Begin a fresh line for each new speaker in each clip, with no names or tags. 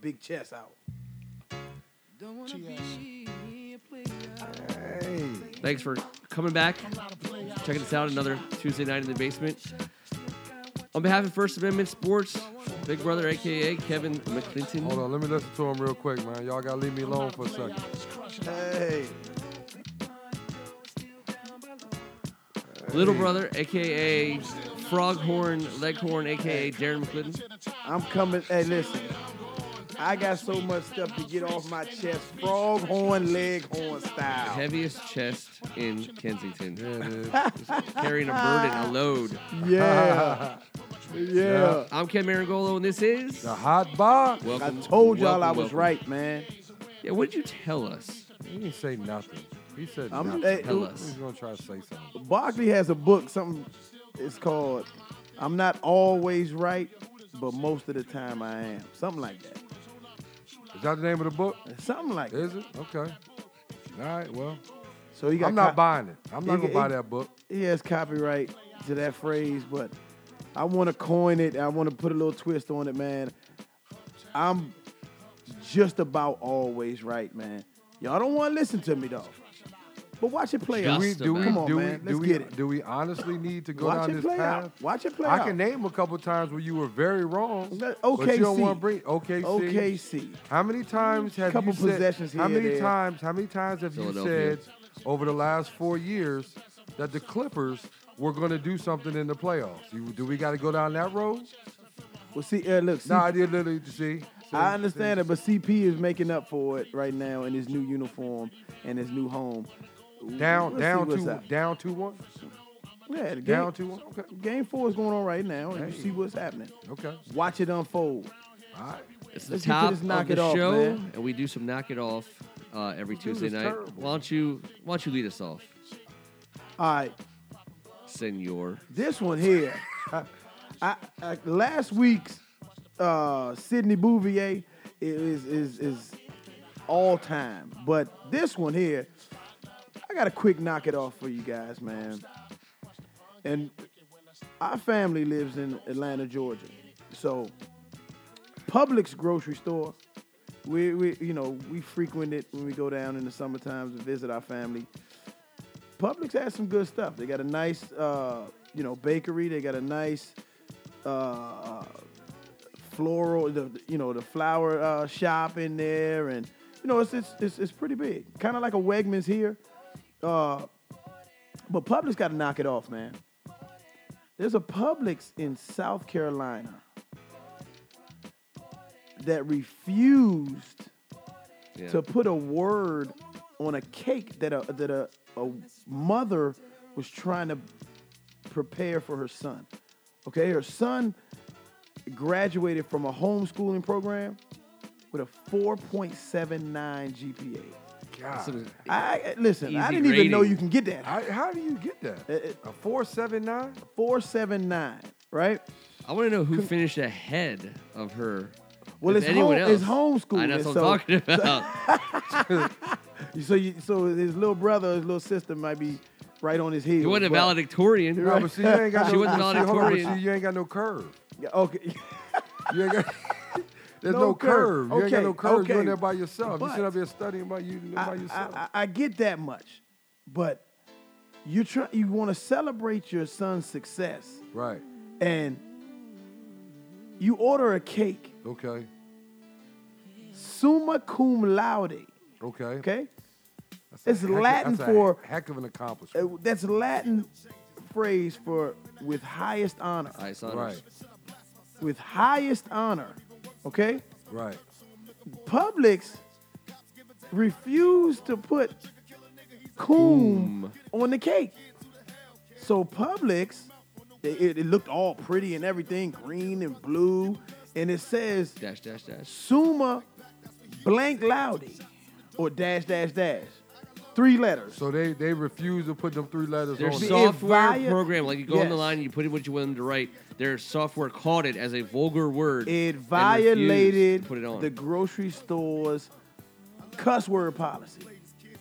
big chest out.
Don't wanna be she, play God.
Thanks for coming back. Checking us out another Tuesday night in the basement. On behalf of First Amendment Sports, Big Brother, aka Kevin McClinton.
Hold on, let me listen to him real quick, man. Y'all gotta leave me alone for a second.
Hey.
Little Brother, aka Froghorn Leghorn, aka Darren McClinton.
I'm coming. Hey, listen. I got so much stuff to get off my chest. Frog horn, leg horn style.
Heaviest chest in Kensington.
Yeah, dude.
Carrying a burden, a load.
Yeah. yeah.
I'm Ken Marangolo, and this is.
The hot box.
I
Welcome,
told y'all
welcome,
I was
welcome.
right, man.
Yeah, what did you tell us?
He didn't say nothing. He said
I'm-
nothing.
hey,
Tell
He's
us.
gonna try to say something.
Barkley has a book. Something it's called "I'm Not Always Right, but Most of the Time I Am." Something like that.
Is that the name of the book?
Something like that.
Is it? Okay. All right. Well,
So he got.
I'm not
co-
buying it. I'm not
he-
gonna buy
he-
that book.
He has copyright to that phrase, but I want to coin it. I want to put a little twist on it, man. I'm just about always right, man. Y'all don't want to listen to me though, but watch it play
Just
out.
Do we? Do we?
Come on,
do we?
man.
do
Let's
we?
get it.
Do we honestly need to go
Watch
down
it
this
play
path?
out. Watch it play
I
out.
can name a couple times where you were very wrong.
Let-
But you don't
OKC.
want to bring OKC.
OKC.
How many times have
Couple
you said?
possessions
how
here,
many
there.
times? How many times have you
Philadelphia.
said over the last four years that the Clippers were going to do something in the playoffs? You, do we got to go down that road?
Well, see, uh, look, see,
No, I did literally see. see
I understand it, but CP is making up for it right now in his new uniform and his new home.
see. Down,
We'll see
down
what's
two,
up.
down two one,
Yeah, the game,
down two one. Okay,
game four is going on right now, and you see what's happening.
okay.
Watch it unfold.
All right.
It's the
Let's get to
top
this knock
of the
it off,
show,
man.
and we do some knock it off uh, every
Dude,
Tuesday
it's
night.
terrible.
Why don't you Why don't you lead us off,
All right,
Senor?
this one here. I, I last week's uh, Sydney Bouvier is is is all time, but this one here, I got a quick knock it off for you guys, man. And our family lives in Atlanta, Georgia, so Publix grocery store. We, we you know we frequent it when we go down in the summer times to visit our family. Publix has some good stuff. They got a nice, uh, you know, bakery. They got a nice uh, floral, the, the- you know, the flower uh, shop in there, and you know, it's it's it's, it's pretty big, kind of like a Wegmans here. Uh, but Publix got to knock it off, man. There's a Publix in South Carolina that refused
Yeah.
to put a word on a cake that a that a, a mother was trying to prepare for her son. Okay, her son graduated from a homeschooling program with a 4.79 GPA.
God,
I listen, I
Easy
didn't even know
grading.
you can get that.
I, how do you get that?
Uh, uh,
A four seven nine?
479, right?
I want to know who finished ahead of her.
Well,
if
it's
anyone
home-
else.
it's homeschooling,
I know that's what I'm
so-
talking about.
So you, so his little brother, his little sister might be right on his heels.
He wasn't a
but-
valedictorian.
No, but see, you ain't got
She
no.
wasn't
see, hold on, but
valedictorian.
see, you ain't got no curve.
Yeah, Okay.
You ain't got, there's no,
No
curve.
curve.
You ain't got
Okay,
no curve. You're in
okay.
there by yourself. you
But-
sit up here studying by you by
I,
yourself.
I, I I get that much, but you try you want to celebrate your son's success,
right.
and you order a cake,
Okay.
summa cum laude.
Okay.
Okay,
That's a
It's
heck of-
Latin
that's a
for-
heck of an
Uh,
accomplishment.
that's Latin phrase for with highest honor.
I saw
Right.
With highest honor, okay.
Right.
Publix refused to put coom on the cake. So Publix, they- it, it looked all pretty and everything, green and blue, and it says
Dash dash dash.
Summa blank loudy or dash dash dash, three letters.
So they they refuse to put them three letters
Their
on
It
it.
software
via-
program, like you go on the
Yes.
line and you put in what you want them to write. Their software caught it as a vulgar word.
It
and refused to
violated
Put it on.
the grocery store's cuss word policy.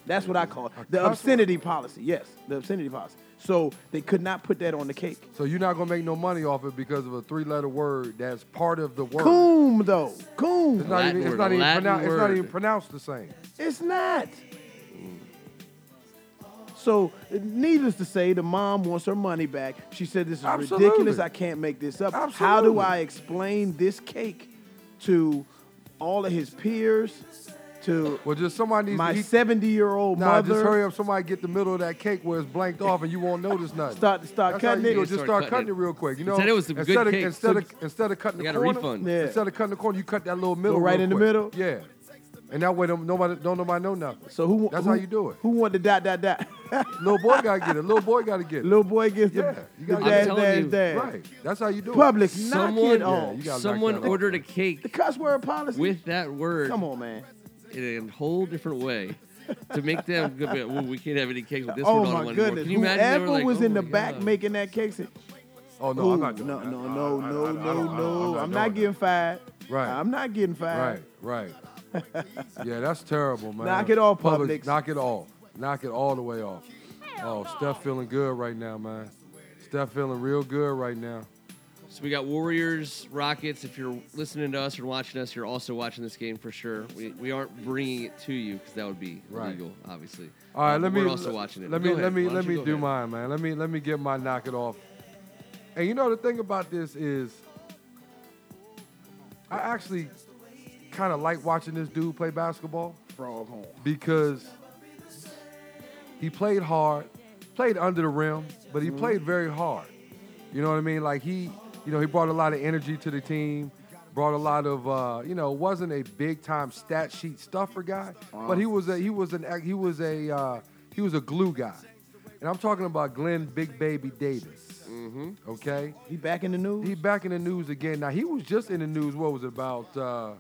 That's what I call it. The
cuss
obscenity policy. Yes, the obscenity policy. So they could not put that on the cake.
So you're not gonna make no money off it because of a three-letter word that's part of the word.
Coom though, coom.
It's not even, it's not
Latin
even,
word,
pronou-
Latin
it's not
word.
even pronounced the same.
It's not. So, needless to say, the mom wants her money back. She said, This is
Absolutely.
ridiculous. I can't make this up. How do
Absolutely.
I explain this cake to all of his peers, to
Well, just somebody needs
my
to eat.
70 year old
Nah,
mother?
just hurry up. Somebody get the middle of that cake where it's blanked off, and you won't notice nothing.
Start- start
That's how
cutting
you
it.
do
Yeah,
Just
start
start
cutting
cutting
it.
it real quick. You know,
Instead it was some good
instead of,
cake.
Instead of
So-
instead of cutting the
You got a
corner,
refund.
Yeah.
instead of cutting the corner, you cut that little middle.
right
real
in the
quick.
middle?
Yeah, and that way don't, nobody don't nobody know nothing.
So, who
That's
who-
how you do it.
Who wanted the dot, dot, dot?
Little boy gotta get it. Little boy gotta get it.
Little boy gets
Yeah,
the,
you
the
gotta-
I'm
dad,
telling
dad,
you.
dad.
right. That's how you do it.
Public, knock
Someone,
it off.
Yeah, you gotta knock
someone
that off.
ordered a
the
cake
cuss word policy.
with that word
Come on, man.
in a whole different way to make them go, well, we can't have any cakes with this
Oh
word on it
my
anymore.
goodness!
Can you imagine they were
Whoever
like,
was
oh
in the
my
back
God.
making that cake said,
Oh no,
Ooh,
I'm not doing
no,
that.
no,
I-
no,
I- I- I
no, no,
don't- I
no.
don't-
I'm
doing
not
that.
getting fired.
Right.
I'm not getting
Right,
fired.
right. yeah, that's terrible, man.
Knock it off, Publix.
Knock it off. Knock it all the way off. Oh, Steph feeling good right now, man. Steph feeling real good right now.
So we got Warriors, Rockets. If you're listening to us or watching us, you're also watching this game for sure. We, we aren't bringing it to you because that would be
Right.
illegal, obviously.
All right,
Um,
let
but
me.
We're also watching it.
Let
Go
me
ahead.
let me
Why don't
let
you
me
go
do
ahead.
mine, man. Let me let me get my knock it off. And you know the thing about this is, I actually kind of like watching this dude play basketball.
Frog horn.
because he played hard, played under the rim, but he played very hard. You know what I mean? Like he, you know, he brought a lot of energy to the team, brought a lot of, uh, you know, wasn't a big time stat sheet stuffer guy, but he was a he was an ac- he was a uh, he was a glue guy, and I'm talking about Glenn Big Baby Davis. Mm-hmm. Okay.
He back in the news.
He back in the news again. Now he was just in the news. What was it about? Uh,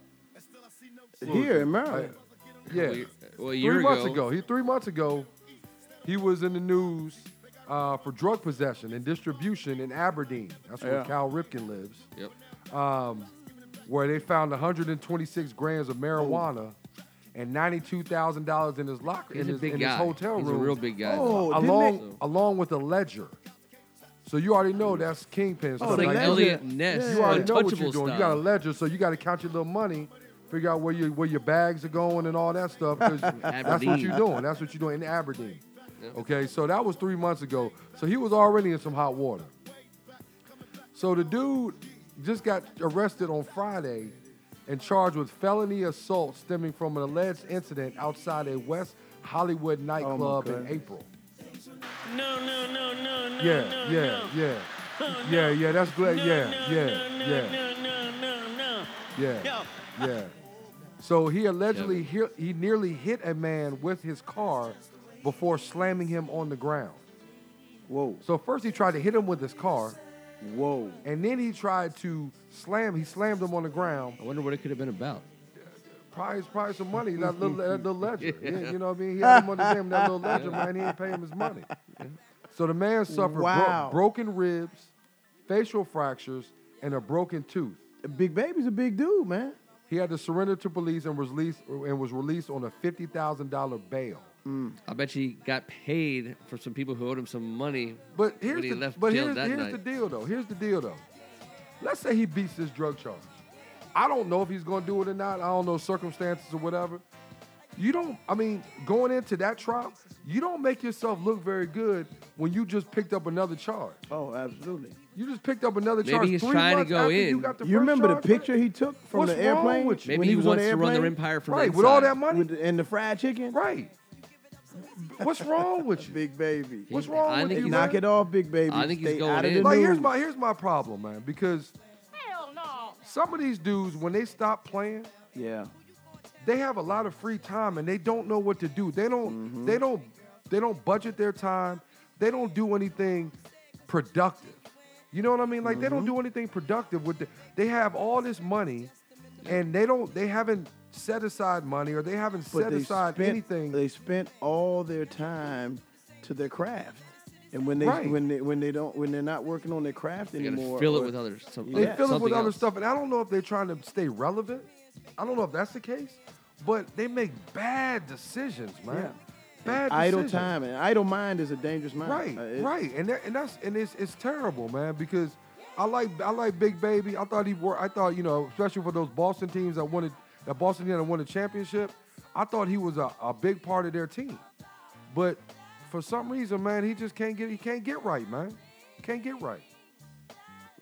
Here in Maryland.
yeah,
We- well, a year
three months
ago,
ago. He three months ago, he was in the news uh, for drug possession and distribution in Aberdeen. That's where
Yeah.
Cal Ripken lives,
Yep.
where they found 126 grams of marijuana and 92 thousand dollars in his locker
He's
in,
a
his,
big
in
guy.
his hotel
He's a
room.
real big guy.
Oh, didn't
along
they-
along with a ledger. So you already know that's kingpin. stuff
It's like
right
the
there.
Elliot Ness,
You already know what
untouchable
you're doing.
style.
You got a ledger, so you got to count your little money, figure out where your where your bags are going and all that stuff. 'cause that's what
Aberdeen.
you're doing. That's what you're doing in Aberdeen. Okay, so that was three months ago. So he was already in some hot water. So the dude just got arrested on Friday and charged with felony assault stemming from an alleged incident outside a West Hollywood nightclub in
goodness.
April. No, no, no, no, yeah, no, Oh, yeah, yeah. Yeah, yeah, that's glad. yeah, yeah, yeah. Yeah, yeah. So he allegedly he, he nearly hit a man with his car before slamming him on the ground.
Whoa,
So first he tried to hit him with his car,
whoa.
and then he tried to slam. He slammed him on the ground.
I wonder what it could have been about.
Probably, probably some money. That little, that little ledger. You know what I mean? He had him on the damn that little ledger, man. He ain't pay him his money. So the man suffered bro-
Wow.
broken ribs, facial fractures, and a broken tooth.
Big baby's a big dude, man.
He had to surrender to police and was released and was released on a fifty thousand dollar bail.
I bet you he got paid for some people who owed him some money
But here's
when he
the
left
but
jail
here's,
that
here's
night.
the deal though. Here's the deal though. Let's say he beats this drug charge. I don't know if he's gonna do it or not. I don't know circumstances or whatever. You don't. I mean, going into that trial, you don't make yourself look very good when you just picked up another charge.
Oh, absolutely.
You just picked up another
Maybe
charge.
he's
three
trying to
months
go
after
in.
You, got the
You
first
remember the
charge,
picture
right?
he took from
What's
the
wrong
airplane?
with you?
Maybe
when
he,
was on
wants
the
to run
airplane?
their empire from
right
the
with all
inside.
that money.
With the- and the fried chicken?
right. What's wrong with you?
Big baby.
What's wrong
I
with
think
you?
he's-
Knock
man?
it off, big baby.
I think he's
Stay
going
out of
in.
the
Like
news.
here's my here's my problem, man. Because some of these dudes, when they stop playing,
yeah.
they have a lot of free time and they don't know what to do. They don't
Mm-hmm.
they don't they don't budget their time. They don't do anything productive. You know what I mean? Like they don't
Mm-hmm.
do anything productive with the, they have all this money and they don't they haven't set aside money or they haven't
But
set
they
aside
spent,
anything.
They spent all their time to their craft, and when they
Right.
when they when they don't when they're not working on their craft
You gotta
anymore,
fill it
or-
with other some,
They
Yeah.
fill it with
something
other
else.
stuff, and I don't know if they're trying to stay relevant. I don't know if that's the case, but they make bad decisions, man.
Yeah.
Bad
idle
decisions.
time and idle mind is a dangerous mind.
Right,
Uh, it-
right, and that, and that's and it's it's terrible, man. Because I like I like Big Baby. I thought he wor- I thought you know, especially for those Boston teams that wanted that Boston team that won a championship. I thought he was a, a big part of their team, but for some reason, man, he just can't get he can't get right, man. He can't get right.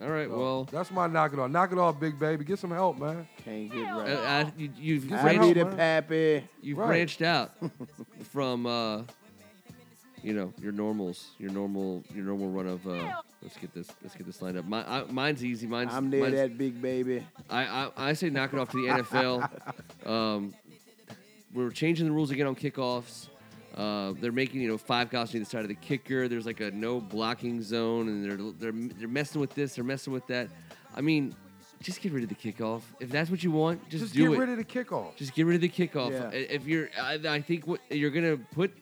All right,
So
well,
that's my knock it off. Knock it off, Big Baby. Get some help, man.
Can't get
I,
right.
I, uh, you, you've
I
help,
need
branched,
a
man.
pappy.
you've
Right.
branched out from uh, you know your normals, your normal your normal run of uh, let's get this let's get this lined up. My, I, mine's easy. Mine's
I'm near
mine's-
that big baby.
I, I I say knock it off to the NFL. Um, we're changing the rules again on kickoffs. Uh, they're making you know five guys on either side of the kicker. There's like a no blocking zone, and they're they're they're messing with this. They're messing with that. I mean, just get rid of the kickoff if that's what you want. Just,
Just,
do
get
it.
rid of the kickoff.
just get rid of the kickoff.
Yeah.
I- If you're, I, I think what you're gonna put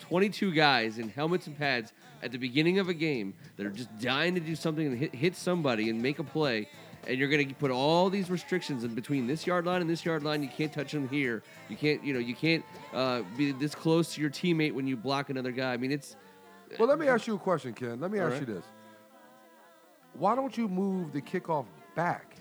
22 guys in helmets and pads at the beginning of a game that are just dying to do something and hit, hit somebody and make a play, and you're gonna put all these restrictions in between this yard line and this yard line. You can't touch them here. You can't, you know, you can't uh, be this close to your teammate when you block another guy. I mean, it's
Well, let me ask you a question, Ken. Let me
All
ask
right.
you this. Why don't you move the kickoff back?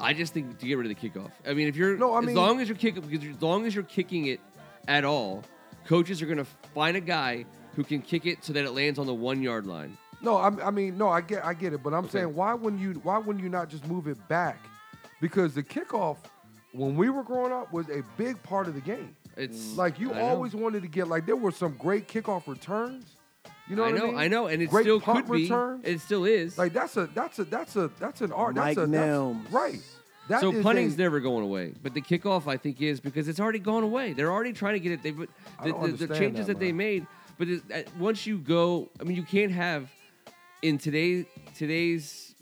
I just think to get rid of the kickoff. I mean, if you're
No, I
as
mean-
long as you're kicking because as long as you're kicking it at all, coaches are going to find a guy who can kick it so that it lands on the one yard line.
No, I, I mean, no, I get, I get it, but I'm
Okay.
saying, why wouldn't you, why wouldn't you not just move it back? Because the kickoff, when we were growing up, was a big part of the game.
It's
Mm. Like you
I know.
always wanted to get, like there were some great kickoff returns. You know
I
what
know,
I mean?
I know, and it
great
still
punt
could be.
returns.
It still is.
Like that's a, that's a, that's a, that's an art.
Mike
that's a,
Nelms.
That's, right. That
so
is
punting's
a-
never going away, but the kickoff I think is because it's already gone away. They're already trying to get it. They put
I
the,
don't
the, the
understand
changes that,
that,
they
man.
made, but it, uh, once you go, I mean, you can't have in today today's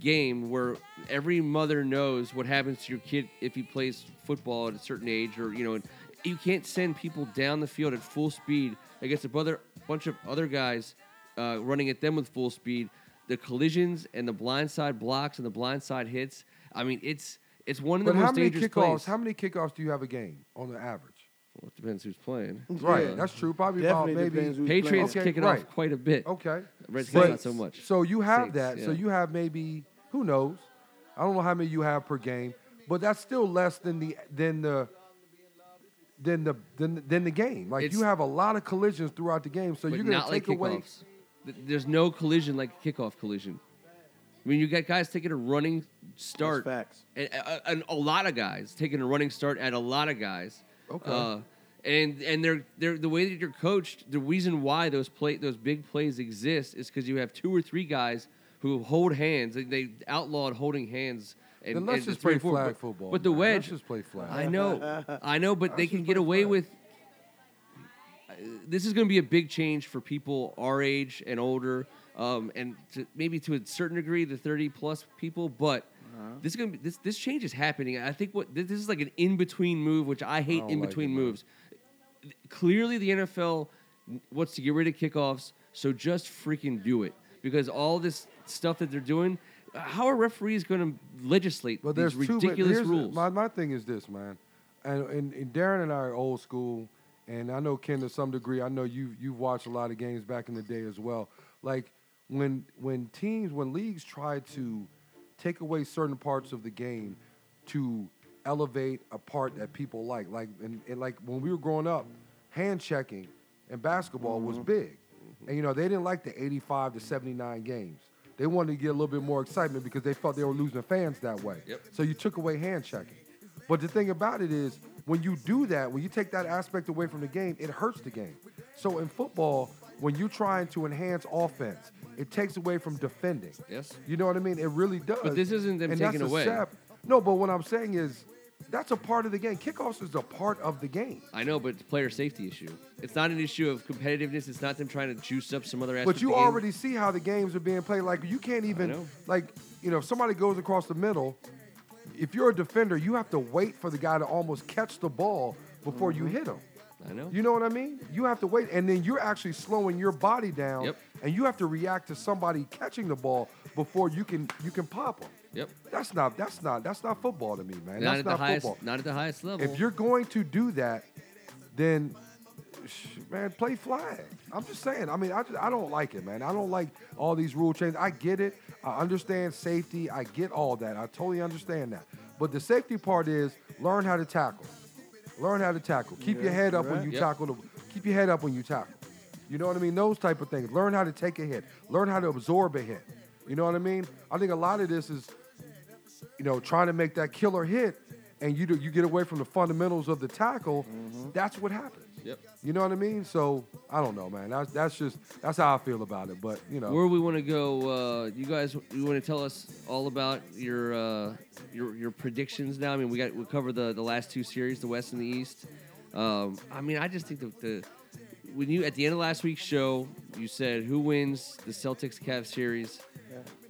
game where every mother knows what happens to your kid if he plays football at a certain age, or you know, and you can't send people down the field at full speed against a brother, bunch of other guys uh, running at them with full speed. The collisions and the blindside blocks and the blindside hits. I mean, it's it's one of the
But how
most
many
dangerous
kickoffs?
plays.
How many kickoffs do you have a game on the average?
well, it depends who's playing.
Right,
Uh,
that's true. Probably about
Definitely
maybe.
depends who's
Patriots
Okay,
kicking
right.
off quite a bit.
Okay.
Redskins
But-
not so much.
So you have
Saints,
that. So
yeah.
you have maybe who knows? I don't know how many you have per game, but that's still less than the than the than the than, than the game. Like
It's-
you have a lot of collisions throughout the game, so
but
you're gonna
not
take
like
away.
kickoffs. Th- There's no collision like a kickoff collision. I mean, you got guys taking a running start.
facts.
And, uh, and a lot of guys taking a running start at a lot of guys.
Okay.
Uh, and and they're they're the way that you're coached. The reason why those play those big plays exist is because you have two or three guys who hold hands. They, they outlawed holding hands. And,
Then let's
and
just
it's pretty
play
forward.
flag
But-
football,
But the
man.
wedge,
Let's just play flag.
I know, I know, but they
Let's
can
just
get
play
away
flag.
with. This is going to be a big change for people our age and older, um, and to, maybe to a certain degree the thirty plus people. But
Uh-huh.
this is going to be this this change is happening. I think what this, this is like an in between move, which I hate
don't
in
like
between
it, man.
moves. Clearly, the NFL wants to get rid of kickoffs, so just freaking do it because all this stuff that they're doing. How are referees going to legislate
But
these
there's two, but
ridiculous
here's,
rules?
My, my thing is this, man, and, and, and Darren and I are old school, and I know Ken to some degree. I know you you watched a lot of games back in the day as well. Like when when teams when leagues try to take away certain parts of the game to elevate a part that people like, like and, and like when we were growing up, hand checking and basketball was big, and you know they didn't like the 85 to 79 games. They wanted to get a little bit more excitement because they felt they were losing fans that way.
Yep.
So you took away hand checking. But the thing about it is, when you do that, when you take that aspect away from the game, it hurts the game. So in football, when you're trying to enhance offense, it takes away from defending.
Yes.
You know what I mean? It really does.
But this isn't them
And that's
taking
a
away.
sep- No, but what I'm saying is, that's a part of the game. Kickoffs is a part of the game.
I know, but it's a player safety issue. It's not an issue of competitiveness. It's not them trying to juice up some other aspect.
But
of
you
the game.
already see how the games are being played. Like you can't
know.
even like you know if somebody goes across the middle. If you're a defender, you have to wait for the guy to almost catch the ball before you hit him.
Mm-hmm. I know.
You know what I mean? You have to wait, and then you're actually slowing your body down,
Yep.
and you have to react to somebody catching the ball before you can you can pop them.
Yep.
That's not that's not that's not football to me, man.
not
that's not
at the highest.
football.
Not at the highest level.
If you're going to do that, then sh- man, play flag. I'm just saying. I mean, I, just, I don't like it, man. I don't like all these rule changes. I get it. I understand safety. I get all that. I totally understand that. But the safety part is learn how to tackle. Learn how to tackle. Keep your
Yeah,
head up when
right.
you
Yep.
tackle. The, keep your head up when you tackle. You know what I mean? Those type of things. Learn how to take a hit. Learn how to absorb a hit. You know what I mean? I think a lot of this is you know, trying to make that killer hit, and you do, you get away from the fundamentals of the tackle, that's what happens.
Yep.
You know what I mean? So I don't know, man. That's that's just that's how I feel about it. But you know,
Where we want to go? Uh, you guys, you want to tell us all about your uh, your your predictions now? I mean, we got we covered the the last two series, the West and the East. Um, I mean, I just think that the when you at the end of last week's show, you said who wins the Celtics Cavs series.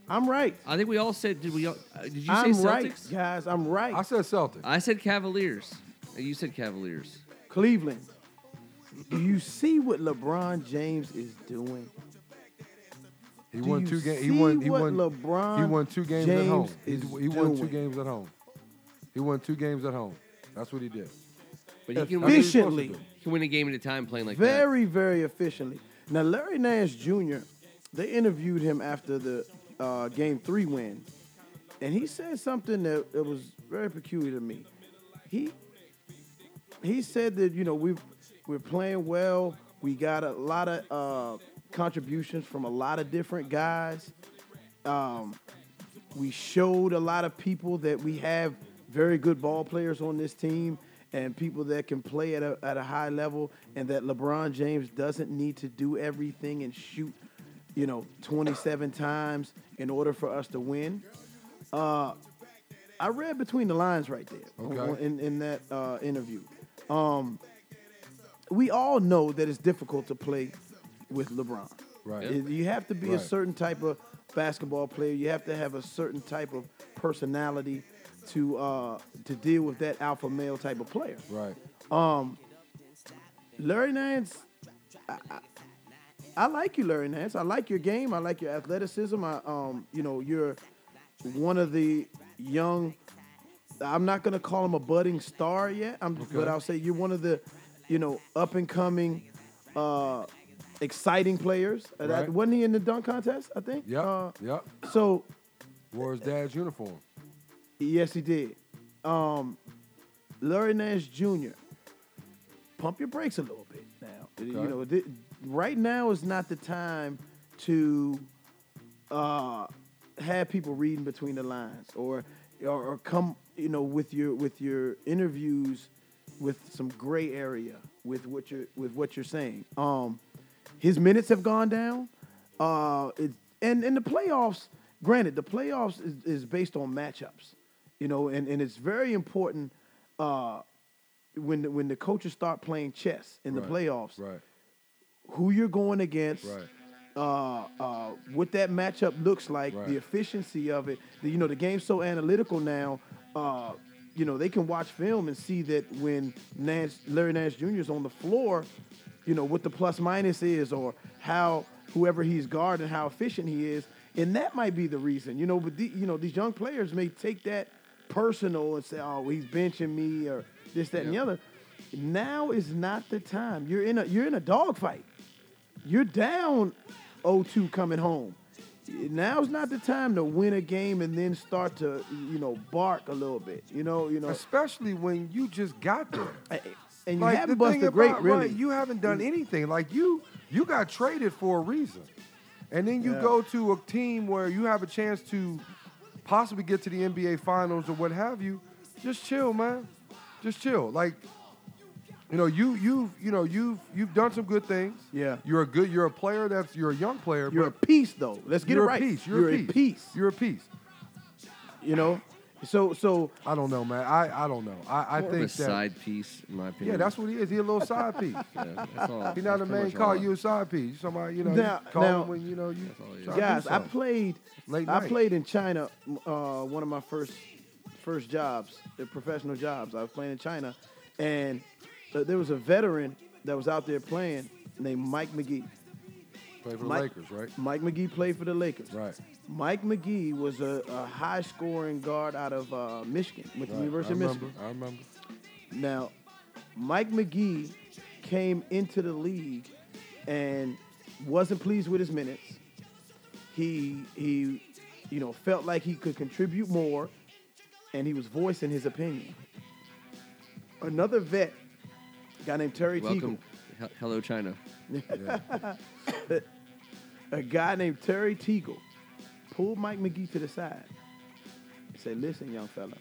I'm right.
I think we all said. Did we? All, uh, did you
I'm
say
right,
Celtics?
guys. I'm right.
I said Celtics.
I said Cavaliers. Uh, You said Cavaliers.
Cleveland. Do you see what LeBron James is doing?
he
do
won
you
two games. He
see
won. He
what
won.
LeBron
he won two games at
James
home. He,
is
he won two
doing?
games at home. He won two games at home. That's what he did.
But he
That's
can, win, he
what you're supposed to
Efficiently.
do.
can win a game at a time playing like that.
very, very efficiently. Now, Larry Nash Jr., they interviewed him after the uh, game three win, and he said something that, that was very peculiar to me. He he said that you know we we're playing well. We got a lot of uh, contributions from a lot of different guys. Um, we showed a lot of people that we have very good ball players on this team and people that can play at a, at a high level and that LeBron James doesn't need to do everything and shoot, you know, 27 times in order for us to win. Uh, I read between the lines right there on-
Okay.
on- in, in that uh, interview. Um, we all know that it's difficult to play with LeBron.
Right.
It- you have to be a
Right.
certain type of basketball player. You have to have a certain type of personality to uh, to deal with that alpha male type of player.
Right.
Larry Nance, I, I, I like you, Larry Nance. I like your game. I like your athleticism. I, um, you know, you're one of the young. I'm not gonna call him a budding star yet. I'm, but
Okay.
I'll say you're one of the, you know, up and coming, uh, exciting players. And I-
Right.
wasn't he in the dunk contest? I think.
Yep.
Uh,
yep.
so
Wore his dad's uniform.
Yes, he did. Um, Larry Nash Jr. Pump your brakes a little bit now. You
Okay.
know, thi- right now is not the time to uh, have people reading between the lines or, or or come you know with your with your interviews with some gray area with what you're with what you're saying. Um, his minutes have gone down. Uh, it, and and the playoffs. Granted, the playoffs is, is based on matchups, you know, and, and it's very important uh, when the, when the coaches start playing chess in the
Right.
playoffs.
Right.
Who you're going against,
Right.
uh, uh, what that matchup looks like,
Right.
the efficiency of it. The- you know, the game's so analytical now. Uh, you know, they can watch film and see that when Nance, Larry Nance Jr. is on the floor, you know what the plus minus is, or how whoever he's guarding, how efficient he is, and that might be the reason. You know, but the, you know these young players may take that personal and say, "Oh, he's benching me," or this, that, and the
Yeah.
other. Now is not the time. You're in a you're in a dogfight. You're down 0-2 coming home. Now's not the time to win a game and then start to, you know, bark a little bit. You know, you know,
Especially when you just got there.
and you
Like,
haven't
the
busted
thing
great,
about-
really.
Right, you haven't done anything. Like you, you got traded for a reason, and then you
Yeah.
go to a team where you have a chance to possibly get to the NBA Finals or what have you. Just chill, man. Just chill. Like, you know, you you've you know you've you've done some good things.
Yeah.
you're a good. You're a player. That's you're a young player.
you're a
but
piece, though. Let's get
you're
it right.
a piece. You're, a piece. You're a piece.
you know, so so
I don't know, man. I, I don't know. I, I
More of
think
a
that.
side piece, in my opinion.
Yeah, that's what he is. He a little side piece.
Yeah, that's all.
He not
that's
a
pretty
main
much
call.
all.
You a side piece. You Somebody, you know,
Now-
you call
now-
him when you know you.
all it is.
try to do
guys, I
something.
played.
Late
I
night.
played in China. m- Uh, one of my first first jobs, the professional jobs. I was playing in China, and uh, there was a veteran that was out there playing named Mike McGee.
Play for the
Mike-
Lakers, right?
Mike McGee played for the Lakers.
Right.
Mike McGee was a, a high scoring guard out of uh, Michigan with
Right.
the
I
University of
remember,
Michigan.
I remember.
Now, Mike McGee came into the league and wasn't pleased with his minutes. He he, you know, felt like he could contribute more, and he was voicing his opinion. Another vet, a guy named Terry Teagle,
Welcome. He- hello, China.
a guy named Terry Teagle, pulled Mike McGee to the side and said, "Listen, young fella,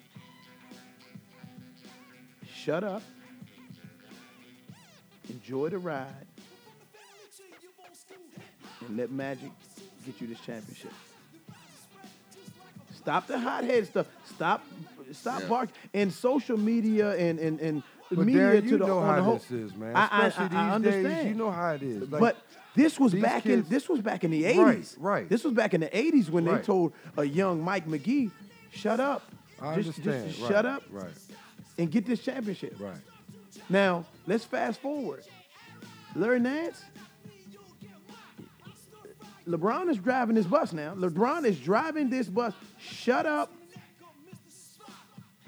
shut up, enjoy the ride, and let Magic get you this championship. Stop the hothead stuff. Stop, stop
Yeah.
bark and social media and and and
But
media
Darren,
to
you
the
know
on
how
the whole.
this is, man.
I- I-
Especially
I- I
these days,
understand.
you know how it is. Like,
but this was
these
back
kids-
in this was back in the
Right,
eighties.
right.
This was back in the eighties when
Right.
they told a young Mike McGee, "Shut up,
I
just, just-
understand.
just
right,
shut up
Right,
and get this championship."
right.
Now let's fast forward. Larry Nance, LeBron is driving this bus now. LeBron is driving this bus. Shut up.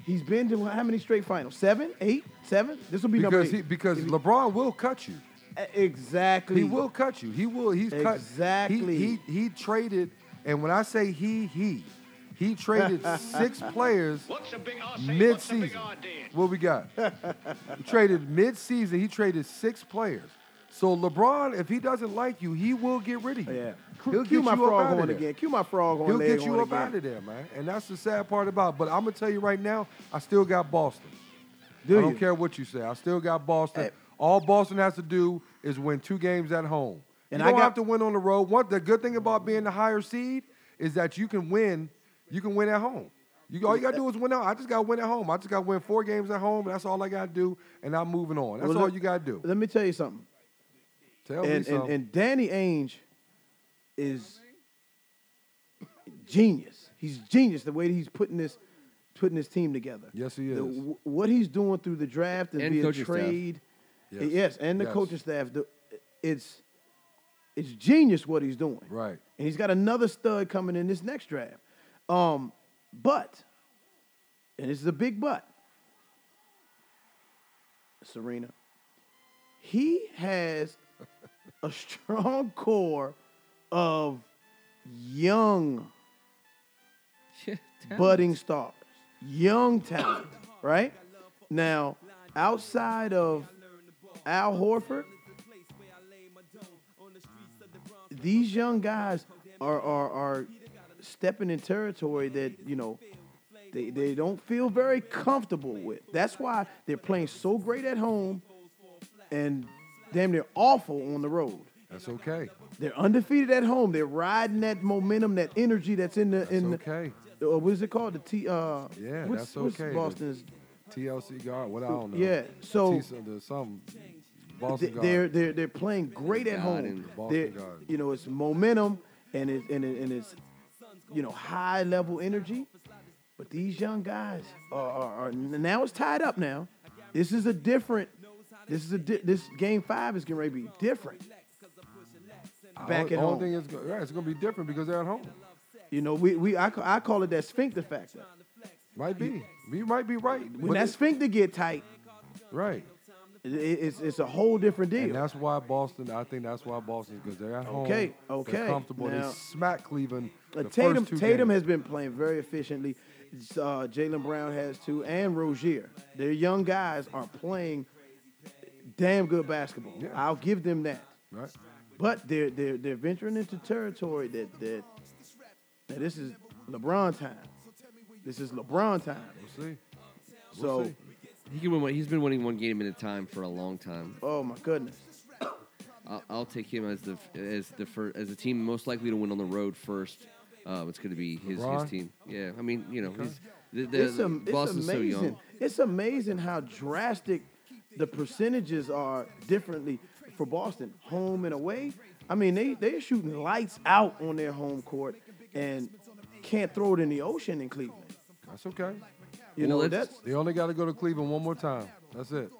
He's been to how many straight finals? Seven, eight, seven. This will be number
Because
eight. E-,
he, because LeBron will cut you. He
exactly.
will cut you. He will. He's cut.
Exactly.
He, he he traded, and when I say he, he, he traded six players
What's a big RC? What's a big
mid-season.
idea?
What we got? he traded mid-season. He traded six players. So LeBron, if he doesn't like you, he will get rid of you.
Yeah.
He'll
Cue
get
my
you up
frog
out of
on
there.
again. Cue my frog on
He'll
leg
get you
on
up
again.
out of there, man. And that's the sad part about. But I'm gonna tell you right now, I still got Boston.
Do
I don't
you?
care what you say. I still got Boston.
Hey.
All Boston has to do is win two games at home.
And
you
I
don't
got-
have to win on the road. One, the good thing about being the higher seed is that you can win. You can win at home. You all you gotta do is win out. I just gotta win at home. I just gotta win four games at home. That's all I gotta do, and I'm moving on. That's
Well,
all
look-
you gotta do.
Let me tell you something.
Tell me
And, and,
something.
and Danny Ainge is genius. He's genius the way that he's putting this putting this team together.
Yes, he
The-
is.
w- what he's doing through the draft and,
And
via
coaching staff.
trade.
Yes.
and the
Yes.
coaching staff. the- It's it's genius what he's doing.
right.
And he's got another stud coming in this next draft. Um, but, and this is a big but, Serena, he has a strong core of young
Yeah,
budding stars, young talent, right? Now, outside of Al Horford, these young guys are, are, are stepping in territory that, you know, they, they don't feel very comfortable with. That's why they're playing so great at home and damn near awful on the road.
That's okay.
They're undefeated at home. They're riding that momentum, that energy that's in the
That's
in the,
okay.
uh, what is it called? The T. Uh,
Yeah,
what's,
that's
what's
okay.
Boston's.
TLC guard. What I don't know.
Yeah, so-
T- something. something. Boston
They-
guard.
They're they're they're playing great at
Garden,
home.
Boston
They're,
Garden.
you know, it's momentum and it and it, and it's you know high level energy. But these young guys are, are, are now it's tied up. Now, this is a different. This is a di- this game five is going to be different. Back
I
at
don't
home,
think it's go- yeah, it's gonna be different because they're at home.
you know, we, we I, ca- I call it that sphincter factor.
Might be. You might be right.
When
But
that sphincter get tight,
it- right.
it, it's it's a whole different deal.
And that's why Boston. I think that's why Boston because they're at home.
Okay,
They're
okay.
comfortable.
Now-
they smack Cleveland.
Uh,
The
Tatum
first two
Tatum
games.
has been playing very efficiently. Uh, Jalen Brown has too, and Rozier. Their young guys are playing damn good basketball.
Yeah.
I'll give them that.
Right.
But they're they're they're venturing into territory that that now this is LeBron time. This is LeBron time.
We'll see.
So,
see.
He can win one, he's been winning one game at a time for a long time.
oh my goodness,
I'll, I'll take him as the as the first, as the team most likely to win on the road first. Uh, it's going to be his,
LeBron?
his team. Yeah, I mean, you know, he's, the, the,
it's, am- it's
Boston's so
amazing.
young.
It's amazing how drastic the percentages are differently for Boston, home and away. I mean, they they're shooting lights out on their home court and can't throw it in the ocean in Cleveland.
That's okay.
You
Well,
know
let's-
that's
They only got to go to Cleveland one more time. That's it.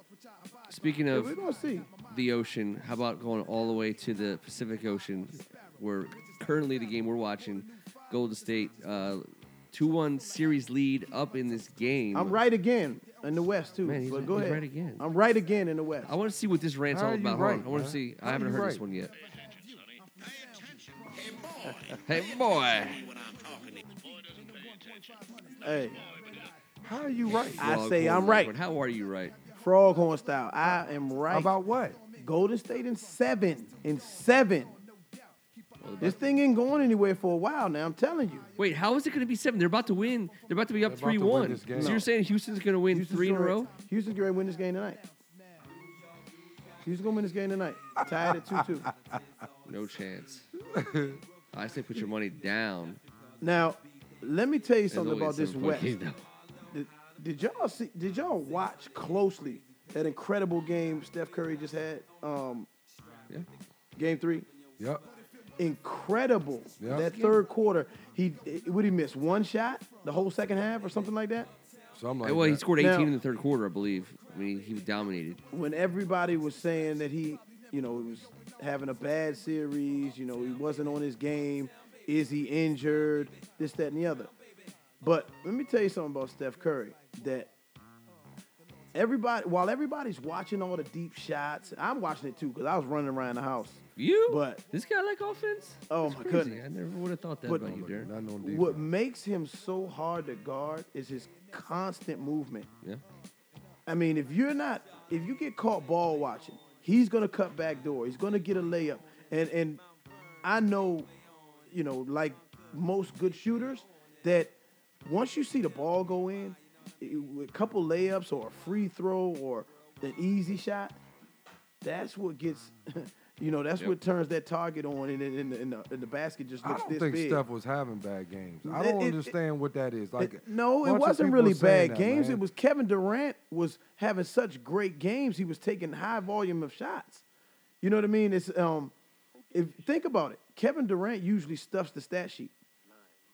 Speaking
we're
of
gonna see.
the ocean, how about going all the way to the Pacific Ocean, where currently the game we're watching, uh, Golden State, two one series lead up in this game.
I'm right again. in the West too.
Man, he's-
but go
he's
ahead.
right again.
I'm right again in the West.
I want to see what this rant's
How
all
are you
about. Hold on.
right,
I want
man?
to see.
How
I
are
haven't
you
heard
right?
this one yet. Hey boy,
hey,
How are you right?
I
Frog
say
horn
I'm right.
record. How are you right?
Froghorn style. I am right.
About what?
Golden State in seven. In seven.
Well,
This thing ain't going anywhere for a while now. I'm telling you.
Wait, how is it going to be seven? They're about to win. They're about to be up
They're about
three
to win
one.
this game.
So you're saying Houston's going to win
Houston's
three in a
gonna-
row?
Houston's going to win this game tonight. Houston's going to win this game tonight. Tied at 2 2.
No chance. I say put your money down.
Now, let me tell you
There's
something
only a
about this
seven-point
West.
game, though.
Did, did y'all see? Did y'all watch closely that incredible game Steph Curry just had? Um,
Yeah.
game three.
Yep.
Incredible.
Yeah.
That third quarter, he would he miss one shot the whole second half or something like that.
Something like
Well, he
that.
scored 18
Now-
in the third quarter, I believe. I mean, he was dominated.
When everybody was saying that he, you know, was having a bad series, you know, he wasn't on his game. Is he injured? This, that, and the other. But let me tell you something about Steph Curry that everybody, while everybody's watching all the deep shots, I'm watching it too because I was running around the house.
You?
But-
this guy like offense?
Oh,
That's
my
crazy.
goodness.
I never would have thought that
But-
about you, Darren.
Not on defense.
What makes him so hard to guard is his constant movement.
Yeah.
I mean, if you're not, if you get caught ball watching, he's gonna cut back door. He's gonna get a layup, and and I know, you know, like most good shooters, that once you see the ball go in, it- with a couple layups or a free throw or an easy shot, that's what gets. You know, that's
Yep.
what turns that target on, and, and, and, the, and, the, and the basket just
I
looks
don't
this
think
big.
Steph was having bad games. I
It-
don't
it-
understand what that is. Like,
It- no, it
bunch of
wasn't
people
really
are saying
bad
that,
games.
man.
It was Kevin Durant was having such great games. He was taking high volume of shots. You know what I mean? It's um, if think about it, Kevin Durant usually stuffs the stat sheet.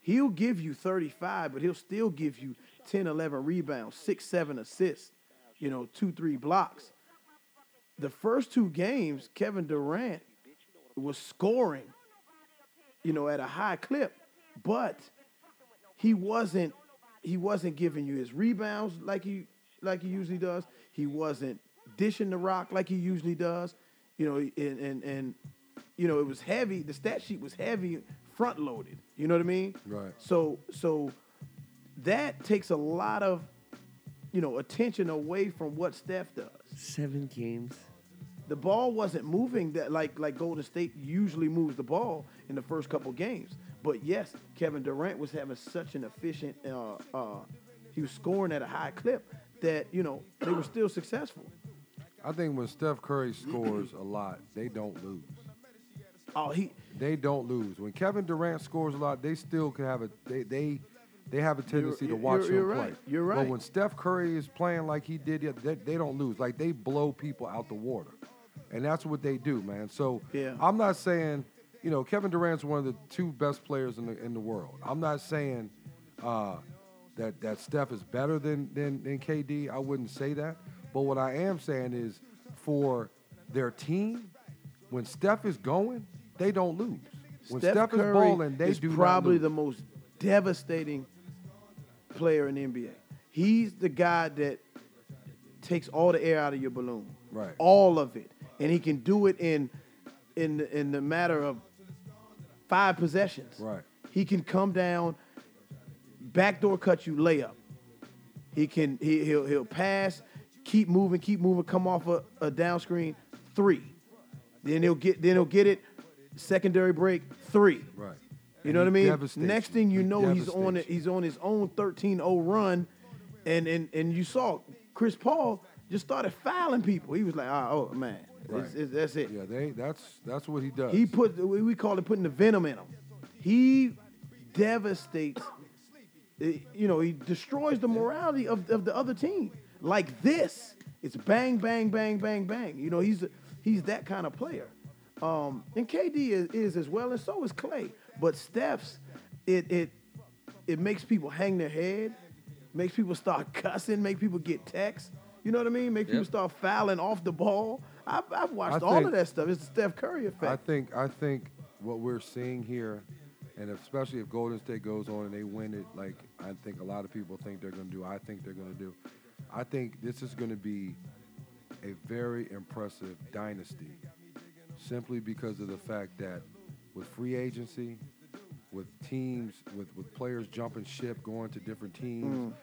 He'll give you 35, but he'll still give you 10, 11 rebounds, six, seven assists, you know, two, three blocks. The first two games, Kevin Durant was scoring, you know, at a high clip, but he wasn't he wasn't giving you his rebounds like he like he usually does. He wasn't dishing the rock like he usually does. You know, and and and you know, it was heavy. The stat sheet was heavy, front loaded. You know what I mean?
Right.
So so that takes a lot of you know attention away from what Steph does.
Seven games.
The ball wasn't moving that like like Golden State usually moves the ball in the first couple games. But yes, Kevin Durant was having such an efficient. Uh, uh, he was scoring at a high clip that you know they were still successful.
I think when Steph Curry scores a lot, they don't lose.
Oh, he
They don't lose. When Kevin Durant scores a lot, they still can have a they they they have a tendency
you're-
to watch
you're-
him
you're
play.
right. You're right.
But when Steph Curry is playing like he did, the other- they, they don't lose. Like they blow people out the water, and that's what they do, man. So
Yeah.
I'm not saying, you know, Kevin Durant's one of the two best players in the in the world. I'm not saying uh, that that Steph is better than than than KD. I wouldn't say that. But what I am saying is, for their team, when Steph is going, they don't lose. When Steph, is
Curry
balling, they
is
do
probably
not lose.
the most devastating player in the NBA. He's the guy that takes all the air out of your balloon,
Right.
All of it, and he can do it in in the, in the matter of five possessions,
Right.
He can come down, backdoor cut you layup. He can he, he'll he'll pass, keep moving, keep moving, come off a, a down screen three, then he'll get then he'll get it, secondary break three.
Right.
You
And
know what I
he
mean?
devastates
Next
you.
thing you
He
know, he's on it.
devastates you.
He's on his own 13-0 run, and and and you saw Chris Paul just started fouling people. He was like, oh, oh man,
Right.
it's, it's, that's it.
Yeah, they that's that's what he does.
He put we we call it putting the venom in him. He devastates. eh, You know, he destroys the morality of, of the other team. Like this, it's bang, bang, bang, bang, bang. You know, he's he's that kind of player. Um, and KD is, is as well, and so is Clay. But Steph's, it it it makes people hang their head, makes people start cussing, make people get texts. You know what I mean? Make people
Yep.
start fouling off the ball. I've, I've watched
I
all of
think-
that stuff. It's the Steph Curry effect.
I think I think what we're seeing here, and especially if Golden State goes on and they win it, like I think a lot of people think they're going to do. I think they're going to do. I think this is going to be a very impressive dynasty simply because of the fact that with free agency, with teams, with, with players jumping ship, going to different teams,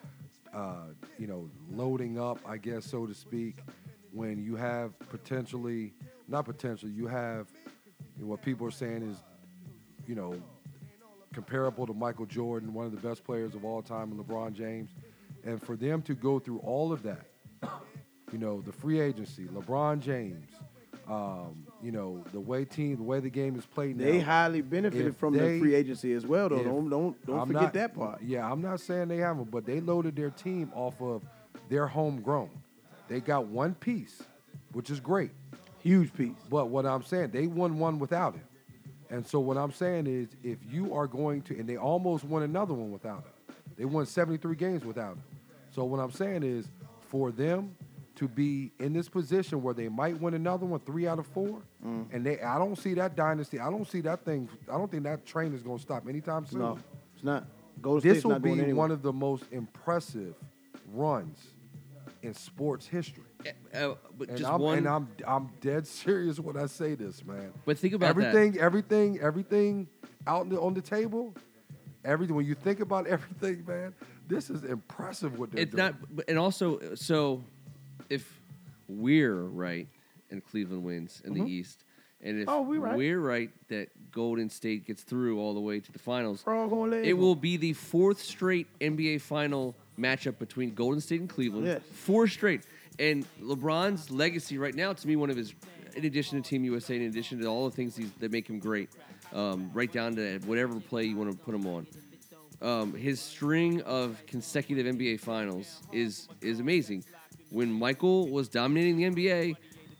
uh, you know, loading up, I guess, so to speak, when you have potentially, not potentially, you have what people are saying is, you know, comparable to Michael Jordan, one of the best players of all time, and LeBron James. And for them to go through all of that, you know, the free agency, LeBron James, um, you know, the way team, the way the game is played now.
They highly benefited
if
from
they-
the free agency as well, though.
if-
don't don't don't
I'm
forget
not-
that part.
Yeah, I'm not saying they haven't, but they loaded their team off of their homegrown. They got one piece, which is great.
Huge piece.
But what I'm saying, they won one without him. And so what I'm saying is, if you are going to, and they almost won another one without him. They won 73 games without him. So what I'm saying is, for them to be in this position where they might win another one, three out of four,
Mm.
and they, I don't see that dynasty. I don't see that thing. I don't think that train is going to stop anytime soon
No, it's not. Golden
this
State's
will
not
be
going anywhere.
one of the most impressive runs in sports history.
Uh, but
And,
just
I'm,
one.
and I'm I'm dead serious when I say this, man.
But think about that.
everything, everything, everything out on the, on the table. Everything when you think about everything, man, this is impressive what they're
it's
doing.
not but- and also so if we're right and cleveland wins in the east and if
Oh, we right.
are Mm-hmm. right that golden state gets through all the way to the finals
We're all gonna let
it
it go.
will be the fourth straight nba final matchup between golden state and cleveland
Yes.
four straight and lebron's legacy right now to me one of his in addition to team usa in addition to all the things he's, that make him great um, right down to whatever play you want to put him on um, his string of consecutive NBA finals is is amazing. When Michael was dominating the NBA,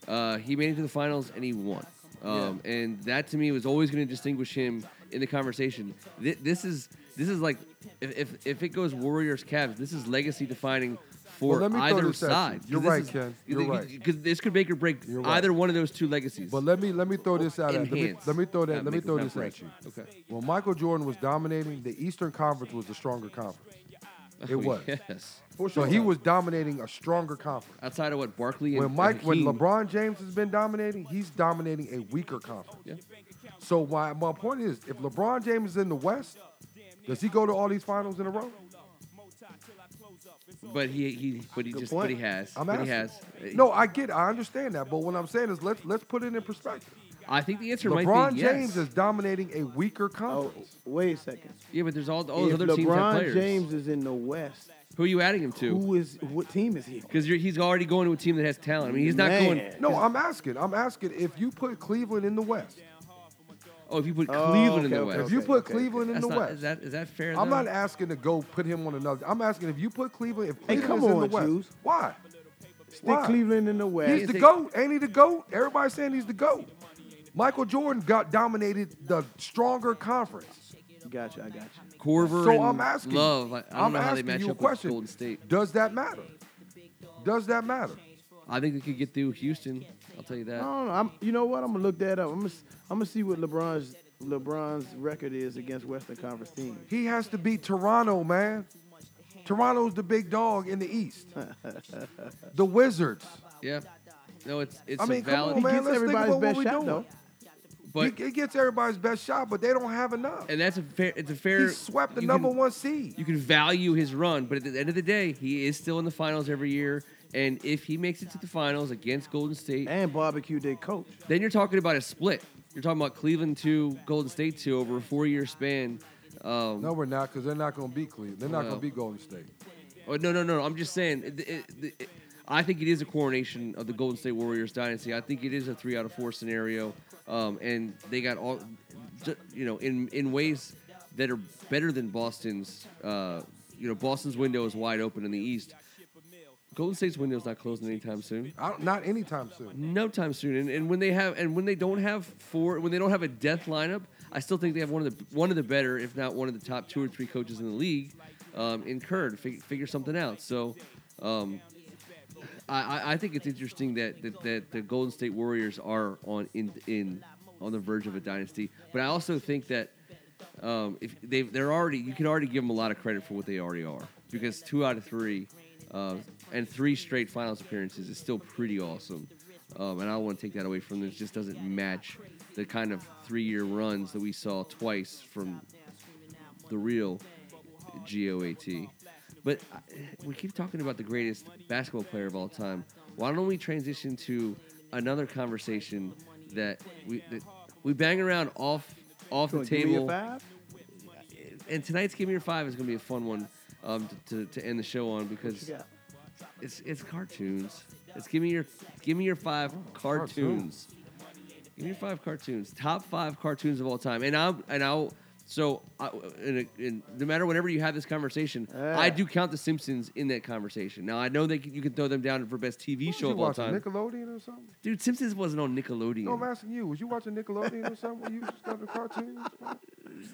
uh, he made it to the finals and he won. Um, And that to me was always going to distinguish him in the conversation. Th- this is this is like if, if if it goes Warriors Cavs, this is legacy defining
Well,
for
let me throw
either
this at you.
side. 'Cause
You're
this
right,
is-
Ken. You're
th-
right.
'cause this could make or break
You're right.
either one of those two legacies.
But let me let me throw this out. At, let, me,
Enhance.
let me throw that.
Not
Let me
make-
throw
not
this
break.
at you.
Okay.
When Michael Jordan was dominating, the Eastern Conference was the stronger conference. It
Oh,
was.
yes.
So he was dominating a stronger conference.
Outside of what Barkley and
when Mike, when
Hakeem-
LeBron James has been dominating, he's dominating a weaker conference.
Yeah.
So my my point is, if LeBron James is in the West, does he go to all these finals in a row?
But he, he but he just
point.
but he has.
I'm
but
asking.
he has.
No, I get, I understand that, but what I'm saying is, let's let's put it in perspective.
I think the answer might
LeBron
be
James is
yes.
dominating a weaker
Oh,
conference.
wait a second.
yeah, but there's all all Oh, those
if
other teams have
LeBron
players.
James is in the West,
Who are you adding him to?
who is what team is he? on?
Because he's already going to a team that has talent. I mean, he's not
Man.
going.
No, I'm asking, I'm asking if you put Cleveland in the West,
Oh, if you put
Oh,
Cleveland in
okay,
the
okay,
West,
if you
okay,
put
okay,
Cleveland in
that's
the
not,
West,
is that is that fair?
I'm
though?
not asking to go put him on another. I'm asking if you put Cleveland, if
Hey,
Cleveland's
come
in the
on,
West,
Juice.
why?
Stick
Why?
Cleveland in the
He's
West.
the
think-
GOAT. Ain't he the GOAT? Everybody's saying he's the GOAT. Michael Jordan got dominated the stronger conference.
Gotcha, I got you.
Corver
So
and
I'm asking
Love. I, I don't
I'm
know how they
asking
match
you a
up
question.
with Golden State.
Does that matter? Does that matter?
I think they could get through Houston. I'll tell you that.
I don't know. I'm, you know what? I'm gonna look that up. I'm gonna, s- I'm gonna see what LeBron's LeBron's record is against Western Conference teams.
He has to beat Toronto, man. Toronto's the big dog in the East. the Wizards.
Yeah. No, it's it's
I mean,
a
come on,
valid.
He
Oh, man. let's
gets
think
everybody's
about what
best
we're
shot
doing.
though.
But
He- he gets everybody's best shot, but they don't have enough.
and that's a fair. It's a fair.
He swept the
you
number
can-
one seed.
you can value his run, but at the end of the day, he is still in the finals every year. And if he makes it to the finals against Golden State,
And barbecue day coach.
then you're talking about a split. You're talking about Cleveland two, Golden State two over a four year span. Um,
No,
no.
we're not, because they're not going to beat Cleveland. They're not
Well.
going to beat Golden State.
Oh, no, no, no, I'm just saying. It, it, it- I think it is a coronation of the Golden State Warriors dynasty. I think it is a three out of four scenario, um, and they got all, ju- you know, in in ways that are better than Boston's. Uh, you know, Boston's window is wide open in the East. Golden State's window is not closing anytime soon.
I don't, not anytime soon.
No time soon. And, and when they have and when they don't have four when they don't have a death lineup, I still think they have one of the one of the better, if not one of the top two or three coaches in the league, um, in Kerr to fig- figure something out. So um, I, I- I think it's interesting that, that that the Golden State Warriors are on in in on the verge of a dynasty. But I also think that um, if they they're already you can already give them a lot of credit for what they already are because two out of three uh, and three straight finals appearances is still pretty awesome. Um, and I don't want to take that away from them. It just doesn't match the kind of three-year runs that we saw twice from the real GOAT. But I- we keep talking about the greatest basketball player of all time. Why don't we transition to another conversation that we that we bang around off off
So
the
give me a
table?
five?
And tonight's Give Me Your Five is going to be a fun one um, to, to, to end the show on because
Yeah.
it's it's cartoons. It's give me your give me your five cartoons. Give me your five cartoons. Top five cartoons of all time. And I'm and I'll so I, and, and no matter whenever you have this conversation,
Yeah.
I do count the Simpsons in that conversation. Now I know that you can throw them down for best TV
What
show
you
of all
watching,
time.
Nickelodeon or something?
Dude, Simpsons wasn't on Nickelodeon.
No, I'm asking you. Was you watching Nickelodeon or something? when You was studying cartoons. bro?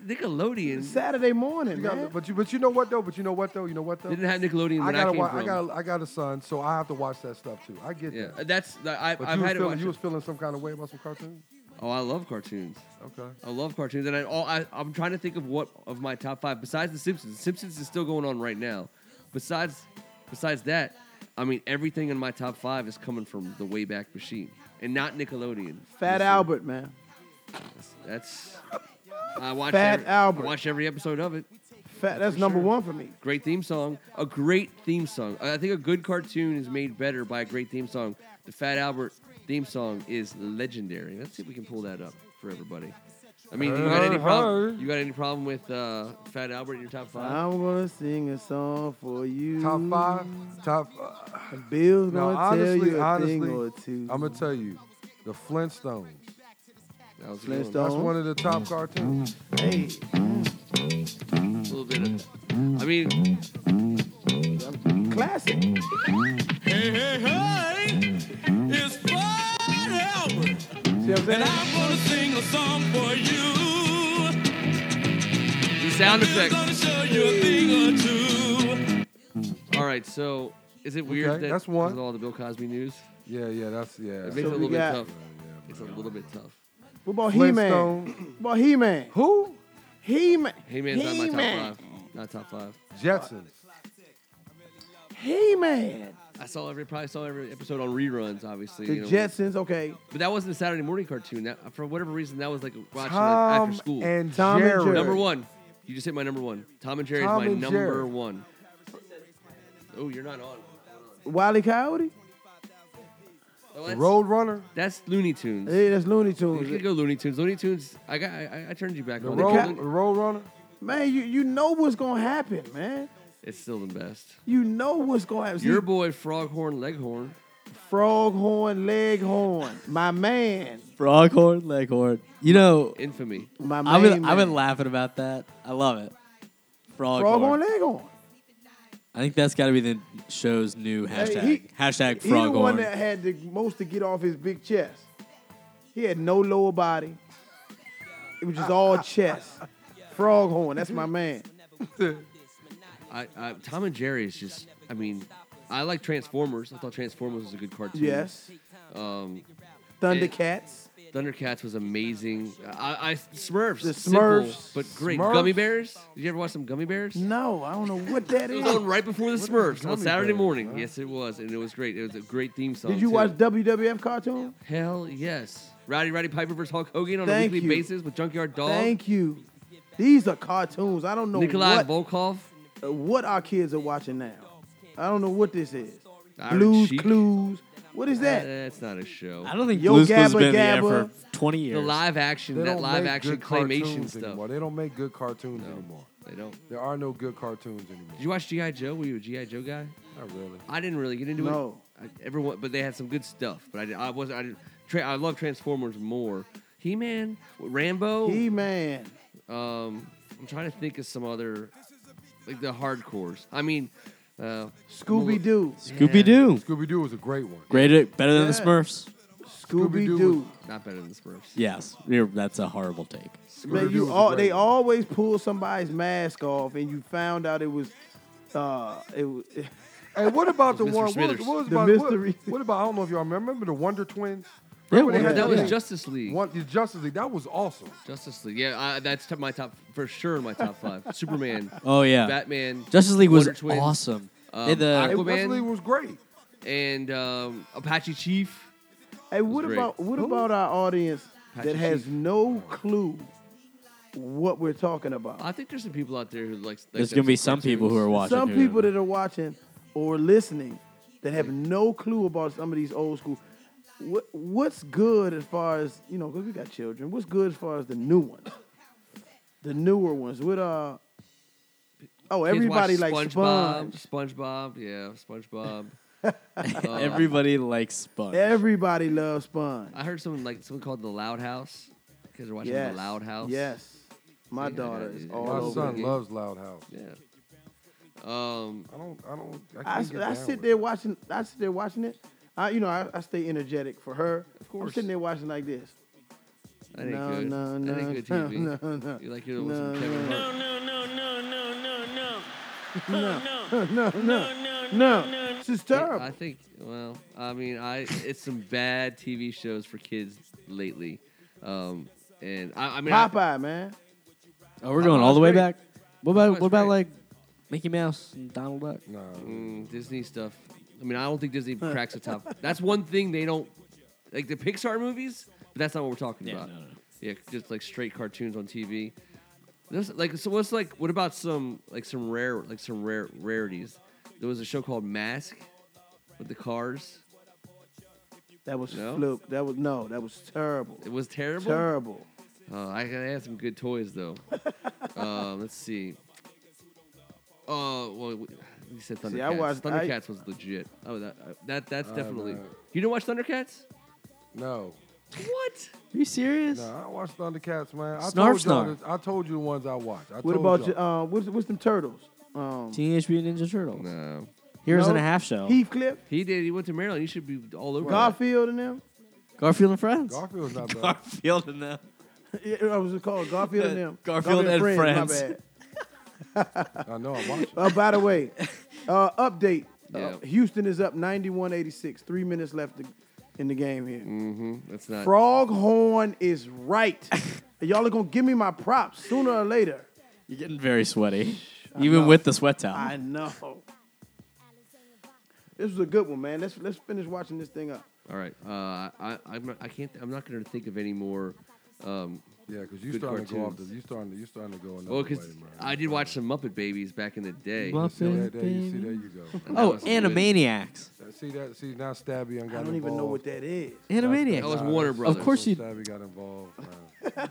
Nickelodeon
Saturday
You
morning,
got-
man.
but you, but you know what though? But you know what though? You know what though?
didn't have Nickelodeon.
I
When I,
got,
came
wa-
from.
I got, I got a son, so I have to watch that stuff too. I get
yeah,
that.
that's I,
But
I've
you, was
had it.
feeling,
watch
you
it.
was feeling some kind of way about some cartoons.
Oh, I love cartoons.
Okay.
I love cartoons, and I, all, I I'm trying to think of what of my top five besides The Simpsons. The Simpsons is still going on right now. Besides, besides that, I mean everything in my top five is coming from the Wayback Machine and not Nickelodeon.
Fat
Listen,
Albert, man.
That's I watch
Fat
every,
Albert.
I watch every episode of it.
Fat, that's number
sure.
one for me.
Great theme song. A great theme song. I I think a good cartoon is made better by a great theme song. The Fat Albert theme song is legendary. Let's see if we can pull that up for everybody. I mean, you got
Uh,
any problem? You got any problem with uh, Fat Albert in your top five?
I'm gonna sing a song for you.
Top five. Top. Uh,
Bill's
now,
gonna tell
honestly,
you a thing or
honestly,
two.
I'm gonna tell you, the Flintstones.
That was a good
Flintstone.
one.
That's one of the top cartoons.
hey,
A little bit of. I mean,
classic.
Hey, hey, hey, it's Fat Albert,
See what
and
I'm saying?
I'm gonna sing a song for you.
the sound
Bill's
effects.
gonna show you a thing or two.
All right, so is it weird
Okay,
that
that's one.
with all the Bill Cosby news?
Yeah, yeah, that's yeah.
It makes
So
it a
we
little bit
got-
tough. It's a little bit tough.
What about He Man?
Flintstone.
What about He Man?
Who?
He Man.
Hey man's not my
He-Man.
top five. Not top five.
Jetsons.
He Man.
I saw every probably saw every episode on reruns, obviously.
The
you know,
Jetsons. Okay.
But that wasn't a Saturday morning cartoon. That for whatever reason that was like watching like,
Tom
after school.
and
Tom and
Jerry.
Jerry.
number one. You just hit my number one. Tom and Jerry
Tom
is my
and
number
Jerry.
one. Oh, you're not on.
Wiley E. Coyote.
Oh,
The
that's,
Roadrunner.
that's Looney Tunes.
Hey, that's Looney
You can
Tunes.
go Looney Tunes. Looney Tunes. I got. I, I turned you back
The
on.
Road,
Cat-
the Roadrunner.
Man, you, you know what's gonna happen, man.
It's still the best.
You know what's gonna happen. See,
Your boy Froghorn Leghorn.
Froghorn, Leghorn, my man,
Froghorn, leghorn. You know,
Infamy.
my
I've
man.
been, I've been laughing about that. I love it. Froghorn.
Froghorn, Leghorn.
I think that's got to be the show's new hashtag.
he-
hashtag
He the one
Froghorn.
that had the most to get off his big chest. He had no lower body. It was just all chest. Froghorn, that's my man.
I, I, Tom and Jerry is just. I mean, I like Transformers. I thought Transformers was a good cartoon.
Yes.
Um,
Thundercats.
Thundercats was amazing. I, I Smurfs,
The
simple,
Smurfs.
but great.
Smurfs.
Gummy bears. Did you ever watch some gummy bears?
No, I don't know what that
It was on
is.
right before the Smurfs on
Gummy
Saturday
Bears,
morning.
huh?
Yes, it was, and it was great. It was a great theme song.
Did you
too.
watch WWF cartoon?
Hell yes. Rowdy Roddy Piper versus Hulk Hogan on
Thank
a weekly
you.
basis with Junkyard Dog.
Thank you. These are cartoons. I don't know
Nikolai
what,
Volkov.
uh, what our kids are watching now. I don't know what this is.
Iron
Blues
Sheik.
Clues. What is
Uh,
that?
that's not a show.
I don't think
Yo
Yo Blue's
Gabba
Clues been in the air
Gabba.
for 20
the
years.
live action,
They
that
don't
live
make
action
good
claymation
cartoons
stuff.
Anymore. They don't make good cartoons anymore.
They don't.
There are no good cartoons anymore.
Did you watch G.I. Joe? Were you a G.I. Joe guy?
Not really.
I didn't really get into
No.
it. I, everyone, but they had some good stuff. But I, did- I wasn't. I didn't. Tra- I love Transformers more. He Man, Rambo.
He man.
um, I'm trying to think of some other, like the hardcores. I mean, uh,
Scooby Doo.
Scooby Doo.
Scooby Doo was a great one.
Greater, uh, better than the
Yeah.
Smurfs.
Scooby
Scooby-Doo
Doo.
not better than the Smurfs.
Yes, you're- that's a horrible take.
Man,
Scooby-Doo was
you
a
all,
great
they
one.
always pull somebody's mask off, and you found out it was, uh, it was
Hey, what about the
Mr.
one? What, was-
Smithers.
what was
The
about,
mystery.
What, what about? I don't know if y'all remember, remember the Wonder Twins.
Yeah,
Remember they
Wonder-
had
That was
thing?
Justice League.
One, the Justice League. That was awesome.
Justice League. Yeah, I, that's t- my top for sure. My top five. Superman,
Oh yeah,
Batman.
Justice League was
Wonder Twins.
awesome.
um,
Hey, the-
It Wesley
Aquaman,
was great.
and um, Apache Chief.
Hey, what
great.
about what
Who?
about our audience
Patrick
that has
Sheehan.
no clue what we're talking about?
I think there's some people out there who likes. like
There's
that
gonna be
sort of
some people who are
cartoons.
watching.
Some
who-
people that are watching or listening that have no clue about some of these old school. What what's good as far as you know? Because we got children. What's good as far as the new ones, the newer ones? What uh? Oh,
Kids
everybody
watch
likes
SpongeBob.
SpongeBob.
SpongeBob, yeah, SpongeBob.
Everybody likes Sponge.
Everybody loves Sponge.
I heard someone like someone called the Loud House because they're watching
Yes.
the Loud House.
Yes. My
Yeah,
daughter is
yeah,
all
yeah.
My
over.
son
it.
again.
loves Loud House.
yeah. Um,
I don't. I don't. I, can't
I,
get
I
down
sit
with
there
it.
watching. I sit there watching it. I, you know, I, I stay energetic for her. Of course. I'm sitting there watching like this.
that ain't
No,
good.
no,
that
no,
ain't good TV.
no, no, no.
You like you're with some
No,
Kevin
no.
Hart.
No, no, no. This is terrible.
I think. Well, I mean, I it's some bad TV shows for kids lately, um, and I, I mean, I-
Popeye, man.
Oh, we're
Popeye
going all
was
the way
great.
back. What about
was
what about
great.
like Mickey Mouse and Donald Duck?
No.
mm, Disney stuff. I mean, I don't think Disney cracks the top. That's one thing they don't like the Pixar movies, but that's not what we're talking
Yeah,
about.
no, no.
Yeah, just like straight cartoons on TV. This, like, so what's like? What about some like some rare like some rare rarities? There was a show called Mask with the cars.
That was
No?
fluke. That was no. That was terrible.
It was terrible.
Terrible.
Uh, I gotta have some good toys though. um, let's see. Oh well, we you said Thundercats.
See, I watched- I-
Thundercats was legit. Oh, that that that's
Uh,
definitely.
no.
You don't watch Thundercats?
No.
What?
Are you serious?
No. I don't watch Thundercats, man. I
Snarf
told y'all
Snarf.
this- I told you the ones I watch. I
What
told
about
y'all.
you? Uh, what's what's them turtles? Um,
Teenage Mutant Ninja Turtles.
No.
Heroes
no?
and a Half Shell.
Heathcliff,
He did. He went to Maryland. You should be all over. that.
Garfield, and them.
Garfield and Friends.
Garfield's not bad.
Garfield and them.
Yeah, I was it called Garfield and them.
Garfield and Friends.
My bad.
I know I watch it.
Uh, by the way, uh, update.
Yeah.
Uh, Houston is up 91-86. Three minutes left to- in the game here.
Mm-hmm. That's not.
Froghorn is right. Y'all are gonna give me my props sooner or later.
You're getting very sweaty,
I
even
know.
with the sweat towel.
I know. This was a good one, man. Let's let's finish watching this thing up.
all right. Uh, I I'm not, I can't. I'm not gonna think of any more. Um,
Yeah, because you
Good
starting to go off. The,
cartoons.
you starting. To, you starting to go another
well,
way,
because
man.
I did watch some Muppet Babies back in the day.
Muppet
See that? There you see
Baby.
there you go.
and that
oh,
was good.
Animaniacs.
That- See that? See now Stabby and
I
got
don't even know what that is.
Animaniacs.
That was Warner Brothers.
Of course you-
Stabby got involved. Man.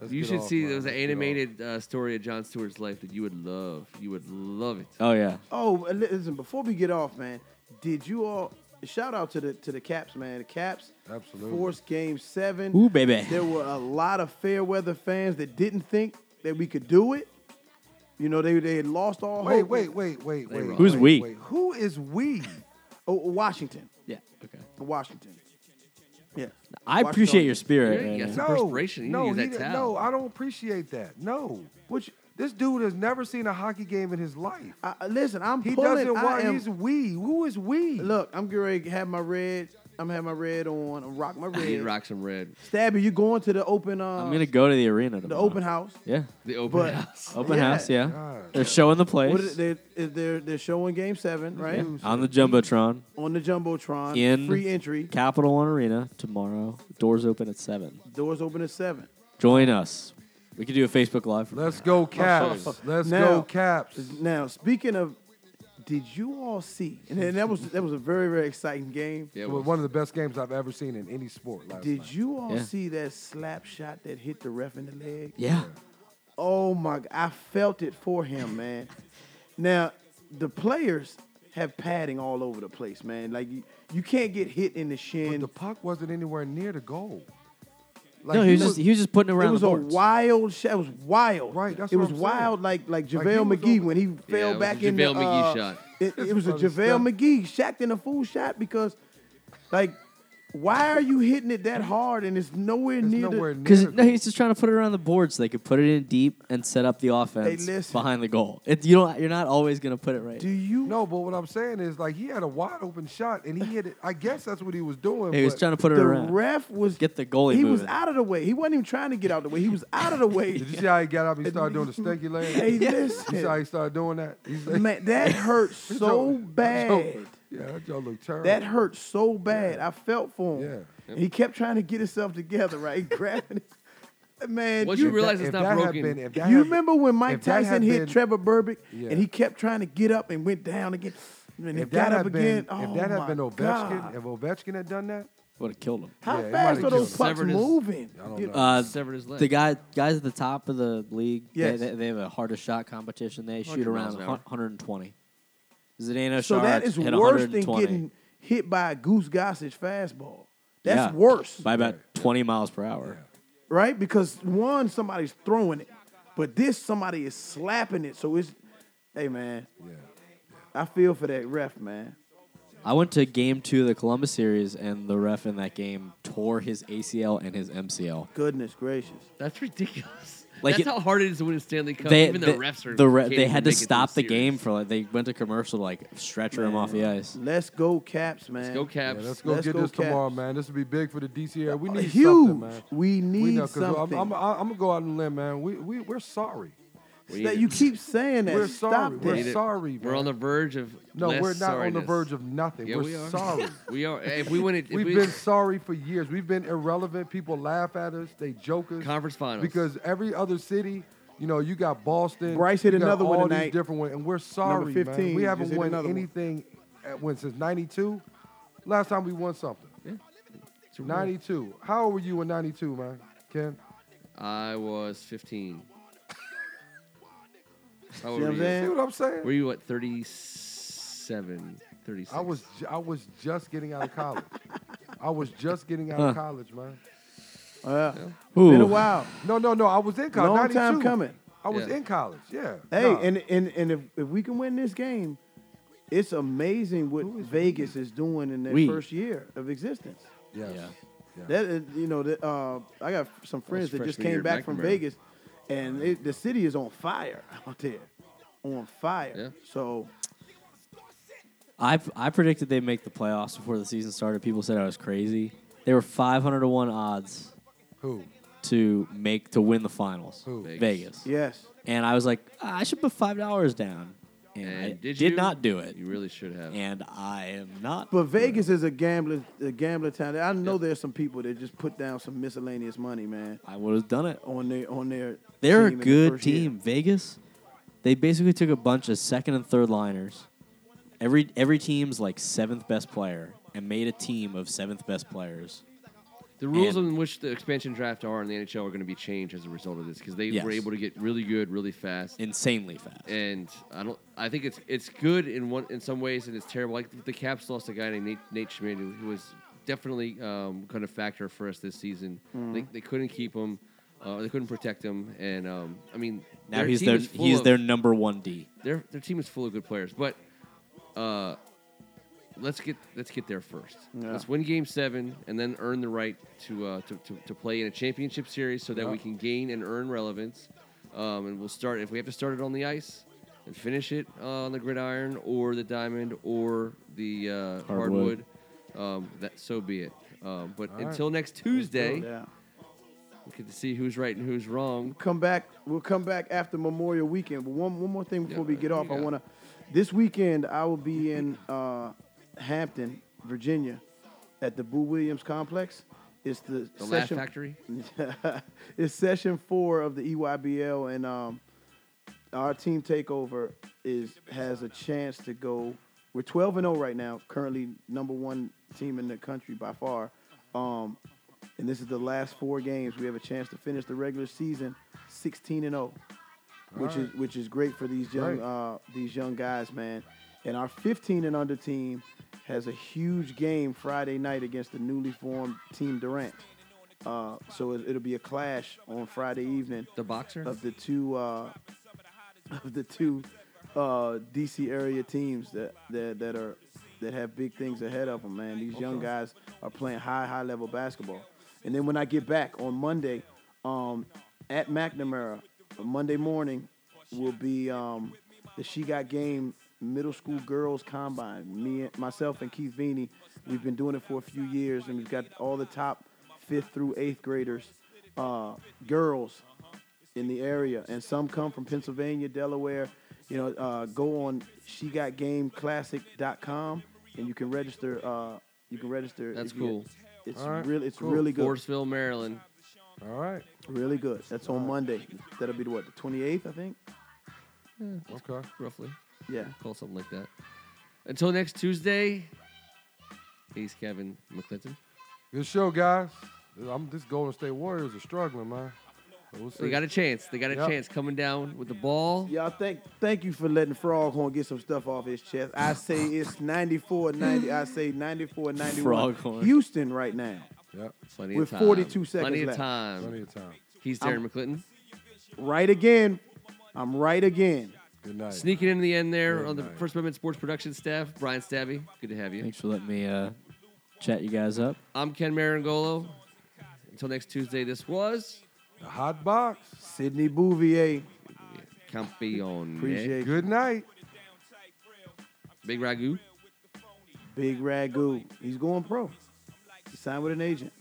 Let's
You
get
should
off,
see.
man.
There
Let's
was an
get off.
animated uh, story of John Stewart's life that you would love. You would love it.
Oh yeah.
Oh, and li- listen. Before we get off, man, did you all shout out to the to the Caps, man? The Caps
Absolutely.
forced Game Seven.
Ooh baby.
There were a lot of fair weather fans that didn't think that we could do it. You know, they they had lost all
Oh, Wait,
hope.
wait, wait, wait, wait.
Who's
wait,
we?
wait. Who is we?
Oh, Washington,
Yeah. Okay.
Washington. Yeah,
I
Watch
appreciate
on.
Yeah,
your spirit.
you
man.
got some perspiration. You
no,
use
he
that
didn't-
towel.
no, I don't appreciate that. No,
which
this dude has never seen a hockey game in his life.
I, I- listen, I'm
He
pulling.
doesn't
I
want.
am-
He's we. Who is we?
Look, I'm getting ready to have my red. I'm having my red on. I'm rock my
I need
red.
rock some red.
Stabby, you going to the open? Uh,
I'm gonna go to the arena.
the
Tomorrow.
open house.
Yeah.
The open
But-
house.
Open
Yeah.
house. Yeah.
God.
They're showing the place
What is, they're, is they're they're showing Game Seven right
on the jumbotron.
on the jumbotron.
In-
free entry.
Capital One Arena tomorrow. Doors open at seven.
Doors open at seven.
Join us. We could do a Facebook Live. From
Let's go Caps. Let's
Now-
go Caps.
Now speaking of, did you all see? And then that was that was a very very exciting game.
Yeah,
It
it
was
was.
one of the best games I've ever seen in any sport. Last
Did
night.
you all
Yeah.
see that slap shot that hit the ref in the leg?
yeah.
Oh my! g- I felt it for him, man. now, the players have padding all over the place, man. Like you, you can't get hit in the
But
shin.
the puck wasn't anywhere near the goal. Like,
no, he was just he was just putting
it
it around
was
the
a
boards.
wild shot. It was wild.
Right, that's
it
what
was
I'm saying.
wild, like like
Like,
Javale
he was
McGee
over-
when he
it
fell
was
back
a
in the.
JaVale McGee
uh,
shot.
It, it was a
brother
JaVale
stepped-
MGee, shacked in a fool shot because, like, Why are you hitting it that hard and it's nowhere
It's
near
nowhere near.
Because
the-
no, he's just trying to put it around the board so they could put it in deep and set up the offense
listen.
behind the goal. It, you don't. You're not always going to put it right.
the? Do you?
No, but what I'm saying is like he had a wide open shot and he hit it. I guess that's what he was doing.
he was
but
trying to put it
The
around.
ref was
Get the goalie
He was
moving.
out of the way. He wasn't even trying to get out of the way. He was out of the way.
Did you see how he got up? He started doing the stinky leg.
hey,
You see how
listen,
he started doing that? He's like,
man, that hurt
that
so
joke- that joke-
bad.
Yeah, that joke looked terrible.
That hurt so bad. I felt for him.
Yeah.
And he kept trying to get himself together, right? He grabbing it. Man,
Once
you,
you realize
If
it's
that
not
had
broken,
been- if that
you
had-
remember when Mike
if that
Tyson
had
hit
been-
Trevor Burbick
Yeah.
and he kept trying to get up and went down again. And he
if
got
that
up
had been,
again. oh,
if that
my
had been Ovechkin,
God.
if Ovechkin had done that,
Would have killed him.
How
Yeah, it
fast
might've
are those
killed
him.
pucks
Severed his-
moving?
I don't
You-
know.
Uh,
Severed his leg.
The guy, guys at the top of the league, they-
Yes.
they, they have a hardest shot competition. They shoot
100 miles
around
an
hu-
hour.
120. Zdeno
so that is
Uh, hit
worse than
120.
getting hit by a Goose Gossage fastball. That's
Yeah,
worse,
by about 20 miles per hour.
right? Because one, somebody's throwing it, but this somebody is slapping it. So it's, hey man,
yeah.
I feel for that ref, man.
I went to game two of the Columbus series, and the ref in that game tore his ACL and his MCL.
Goodness gracious.
That's ridiculous.
Like
That's
it-
how hard it is to win a Stanley Cup.
They,
Even the,
the,
refs are.
the re-
can't
they
even
had to
make it through
stop the
series.
game for like they went to commercial to like stretcher him off the ice.
Let's go, Caps, man.
Go
Yeah,
Caps.
let's go
Let's
get
go
this tomorrow,
Caps.
man. This will be big for the DC area. We need
Huge.
something, man.
We need
know, 'cause
something.
I'm, I'm, I'm gonna go out and limb, man. We we we're sorry.
We
that
need
you
it.
keep saying that.
We're
Stop
sorry.
that.
We're
Need it.
sorry,
We're
man.
on the verge of.
No,
less
we're not on the
sorriness.
verge of nothing.
Yeah,
we're
we are.
sorry.
We are. If we win it, if
We've
we,
been sorry for years. We've been irrelevant. People laugh at us. They joke us.
Conference finals.
Because every other city, you know, you got Boston.
Bryce hit
you got
another one
all
tonight.
These different ones, and we're sorry, man.
15,
We
just
haven't
hit
won
another one.
anything at, when since '92. Last time we won something. '92. How old were you in '92, man? Ken.
I was 15. How
See what
old were
I'm
you?
saying?
See what I'm saying?
Were you at 37, 36?
I was ju- I was just getting out of college. I was just getting out of college, man.
Yeah.
Ooh.
Been a while.
No, no, no. I was in college.
Long time
92.
coming.
I was
Yeah.
in college. Yeah.
Hey,
Nah.
and and and if, if we can win this game, it's amazing what Vegas is doing in their
We.
first year of existence.
Yes.
Yeah.
That is, you know, that, uh, I got some friends that just
freshman year
came
at
back from
McNamara.
Vegas, and it, the city is on fire out there, on fire.
Yeah.
So
I I predicted they'd make the playoffs before the season started. People said I was crazy. They were 500 to 1 odds
Who?
to make to win the finals.
Who?
Vegas.
yes,
And I was like, "Ah, I should put $5 down. And, I
And
did,
you?
not do it.
You really should have.
And I am not
but Vegas is a gambler, a gambler town. I know there's some people that just put down some miscellaneous money, man,
I would have done it.
on their on their.
They're a
team in the
good
first year.
team. Vegas. They basically took a bunch of second and third liners. Every every team's like seventh best player and made a team of seventh best players.
The rules
And-
in which the expansion draft are in the NHL are going to be changed as a result of this because they
Yes.
were able to get really good really fast.
Insanely fast.
and I don't. I think it's it's good in one in some ways, and it's terrible. Like the Caps lost a guy named Nate, Nate Schmidt, who who was definitely um, kind of factor for us this season. They, they couldn't keep him, uh, they couldn't protect him, and um, I mean
now
their
he's
team
their
is full
he's
of-
their number one D.
their their team is full of good players, but uh, let's get let's get there first.
Yeah.
Let's win Game Seven and then earn the right to uh, to, to to play in a championship series so that we can gain and earn relevance. Um, and we'll start if we have to start it on the ice and finish it uh, on the gridiron or the diamond or the uh, hardwood.
Hardwood.
Um, that so be it. Um, but
right.
until next Tuesday,
Yeah.
we get to see who's right and who's wrong.
come back. We'll come back after Memorial Weekend. But one one more thing before we get off, I
yeah.
want to. This weekend, I will be in uh, Hampton, Virginia, at the Boo Williams Complex. It's the,
The Laugh
session.
Factory.
it's session four of the E EYBL, and um, our team takeover is has a chance to go. We're twelve and zero right now. Currently number one team in the country by far. Um, and this is the last four games. We have a chance to finish the regular season sixteen and zero, which is which is great for these young
Great.
uh, these young guys, man. And our fifteen and under team has a huge game Friday night against the newly formed Team Durant. Uh, so it, it'll be a clash on Friday evening
The boxer.
of the two uh, of the two uh, DC area teams that that, that are that have big things ahead of them, man. These young guys are playing high, high level basketball. And then when I get back on Monday, um, at McNamara, Monday morning will be um, the She Got Game Middle School Girls Combine. Me, and myself, and Keith Veeney, we've been doing it for a few years, and we've got all the top fifth through eighth graders, uh, girls in the area, and some come from Pennsylvania, Delaware. You know, uh, go on shegotgameclassic.com and you can register. Uh, you can register.
That's
if you-
cool.
It's
All right,
really, it's
cool.
really good.
Forestville, Maryland.
All right.
Really good. That's on Monday. That'll be the what, the 28th, I think.
Okay.
roughly.
Yeah.
Call something like that. Until next Tuesday, Ace Kevin McClinton.
Good show, guys. I'm this Golden State Warriors are struggling, man. But We'll see.
They got a chance. They got a
Yep.
chance coming down with the ball.
Y'all thank thank you for letting Froghorn get some stuff off his chest. I say it's 94 90. I say 94 91.
Froghorn.
Houston right now.
yep.
Plenty
With
of time.
42 seconds
Plenty of
left.
time.
Plenty of time.
He's Darren McClinton.
Right again. I'm right again.
Good night.
Sneaking in the end there
Good
on the
night.
First Amendment Sports Production staff, Brian Stabby. Good to have you.
Thanks for letting me uh, chat you guys up.
I'm Ken Marangolo. Until next Tuesday, this was
The hot box.
Sydney Bouvier.
Campeone.
Appreciate you.
Good night.
Big Ragu.
Big Ragu. He's going pro. He signed with an agent.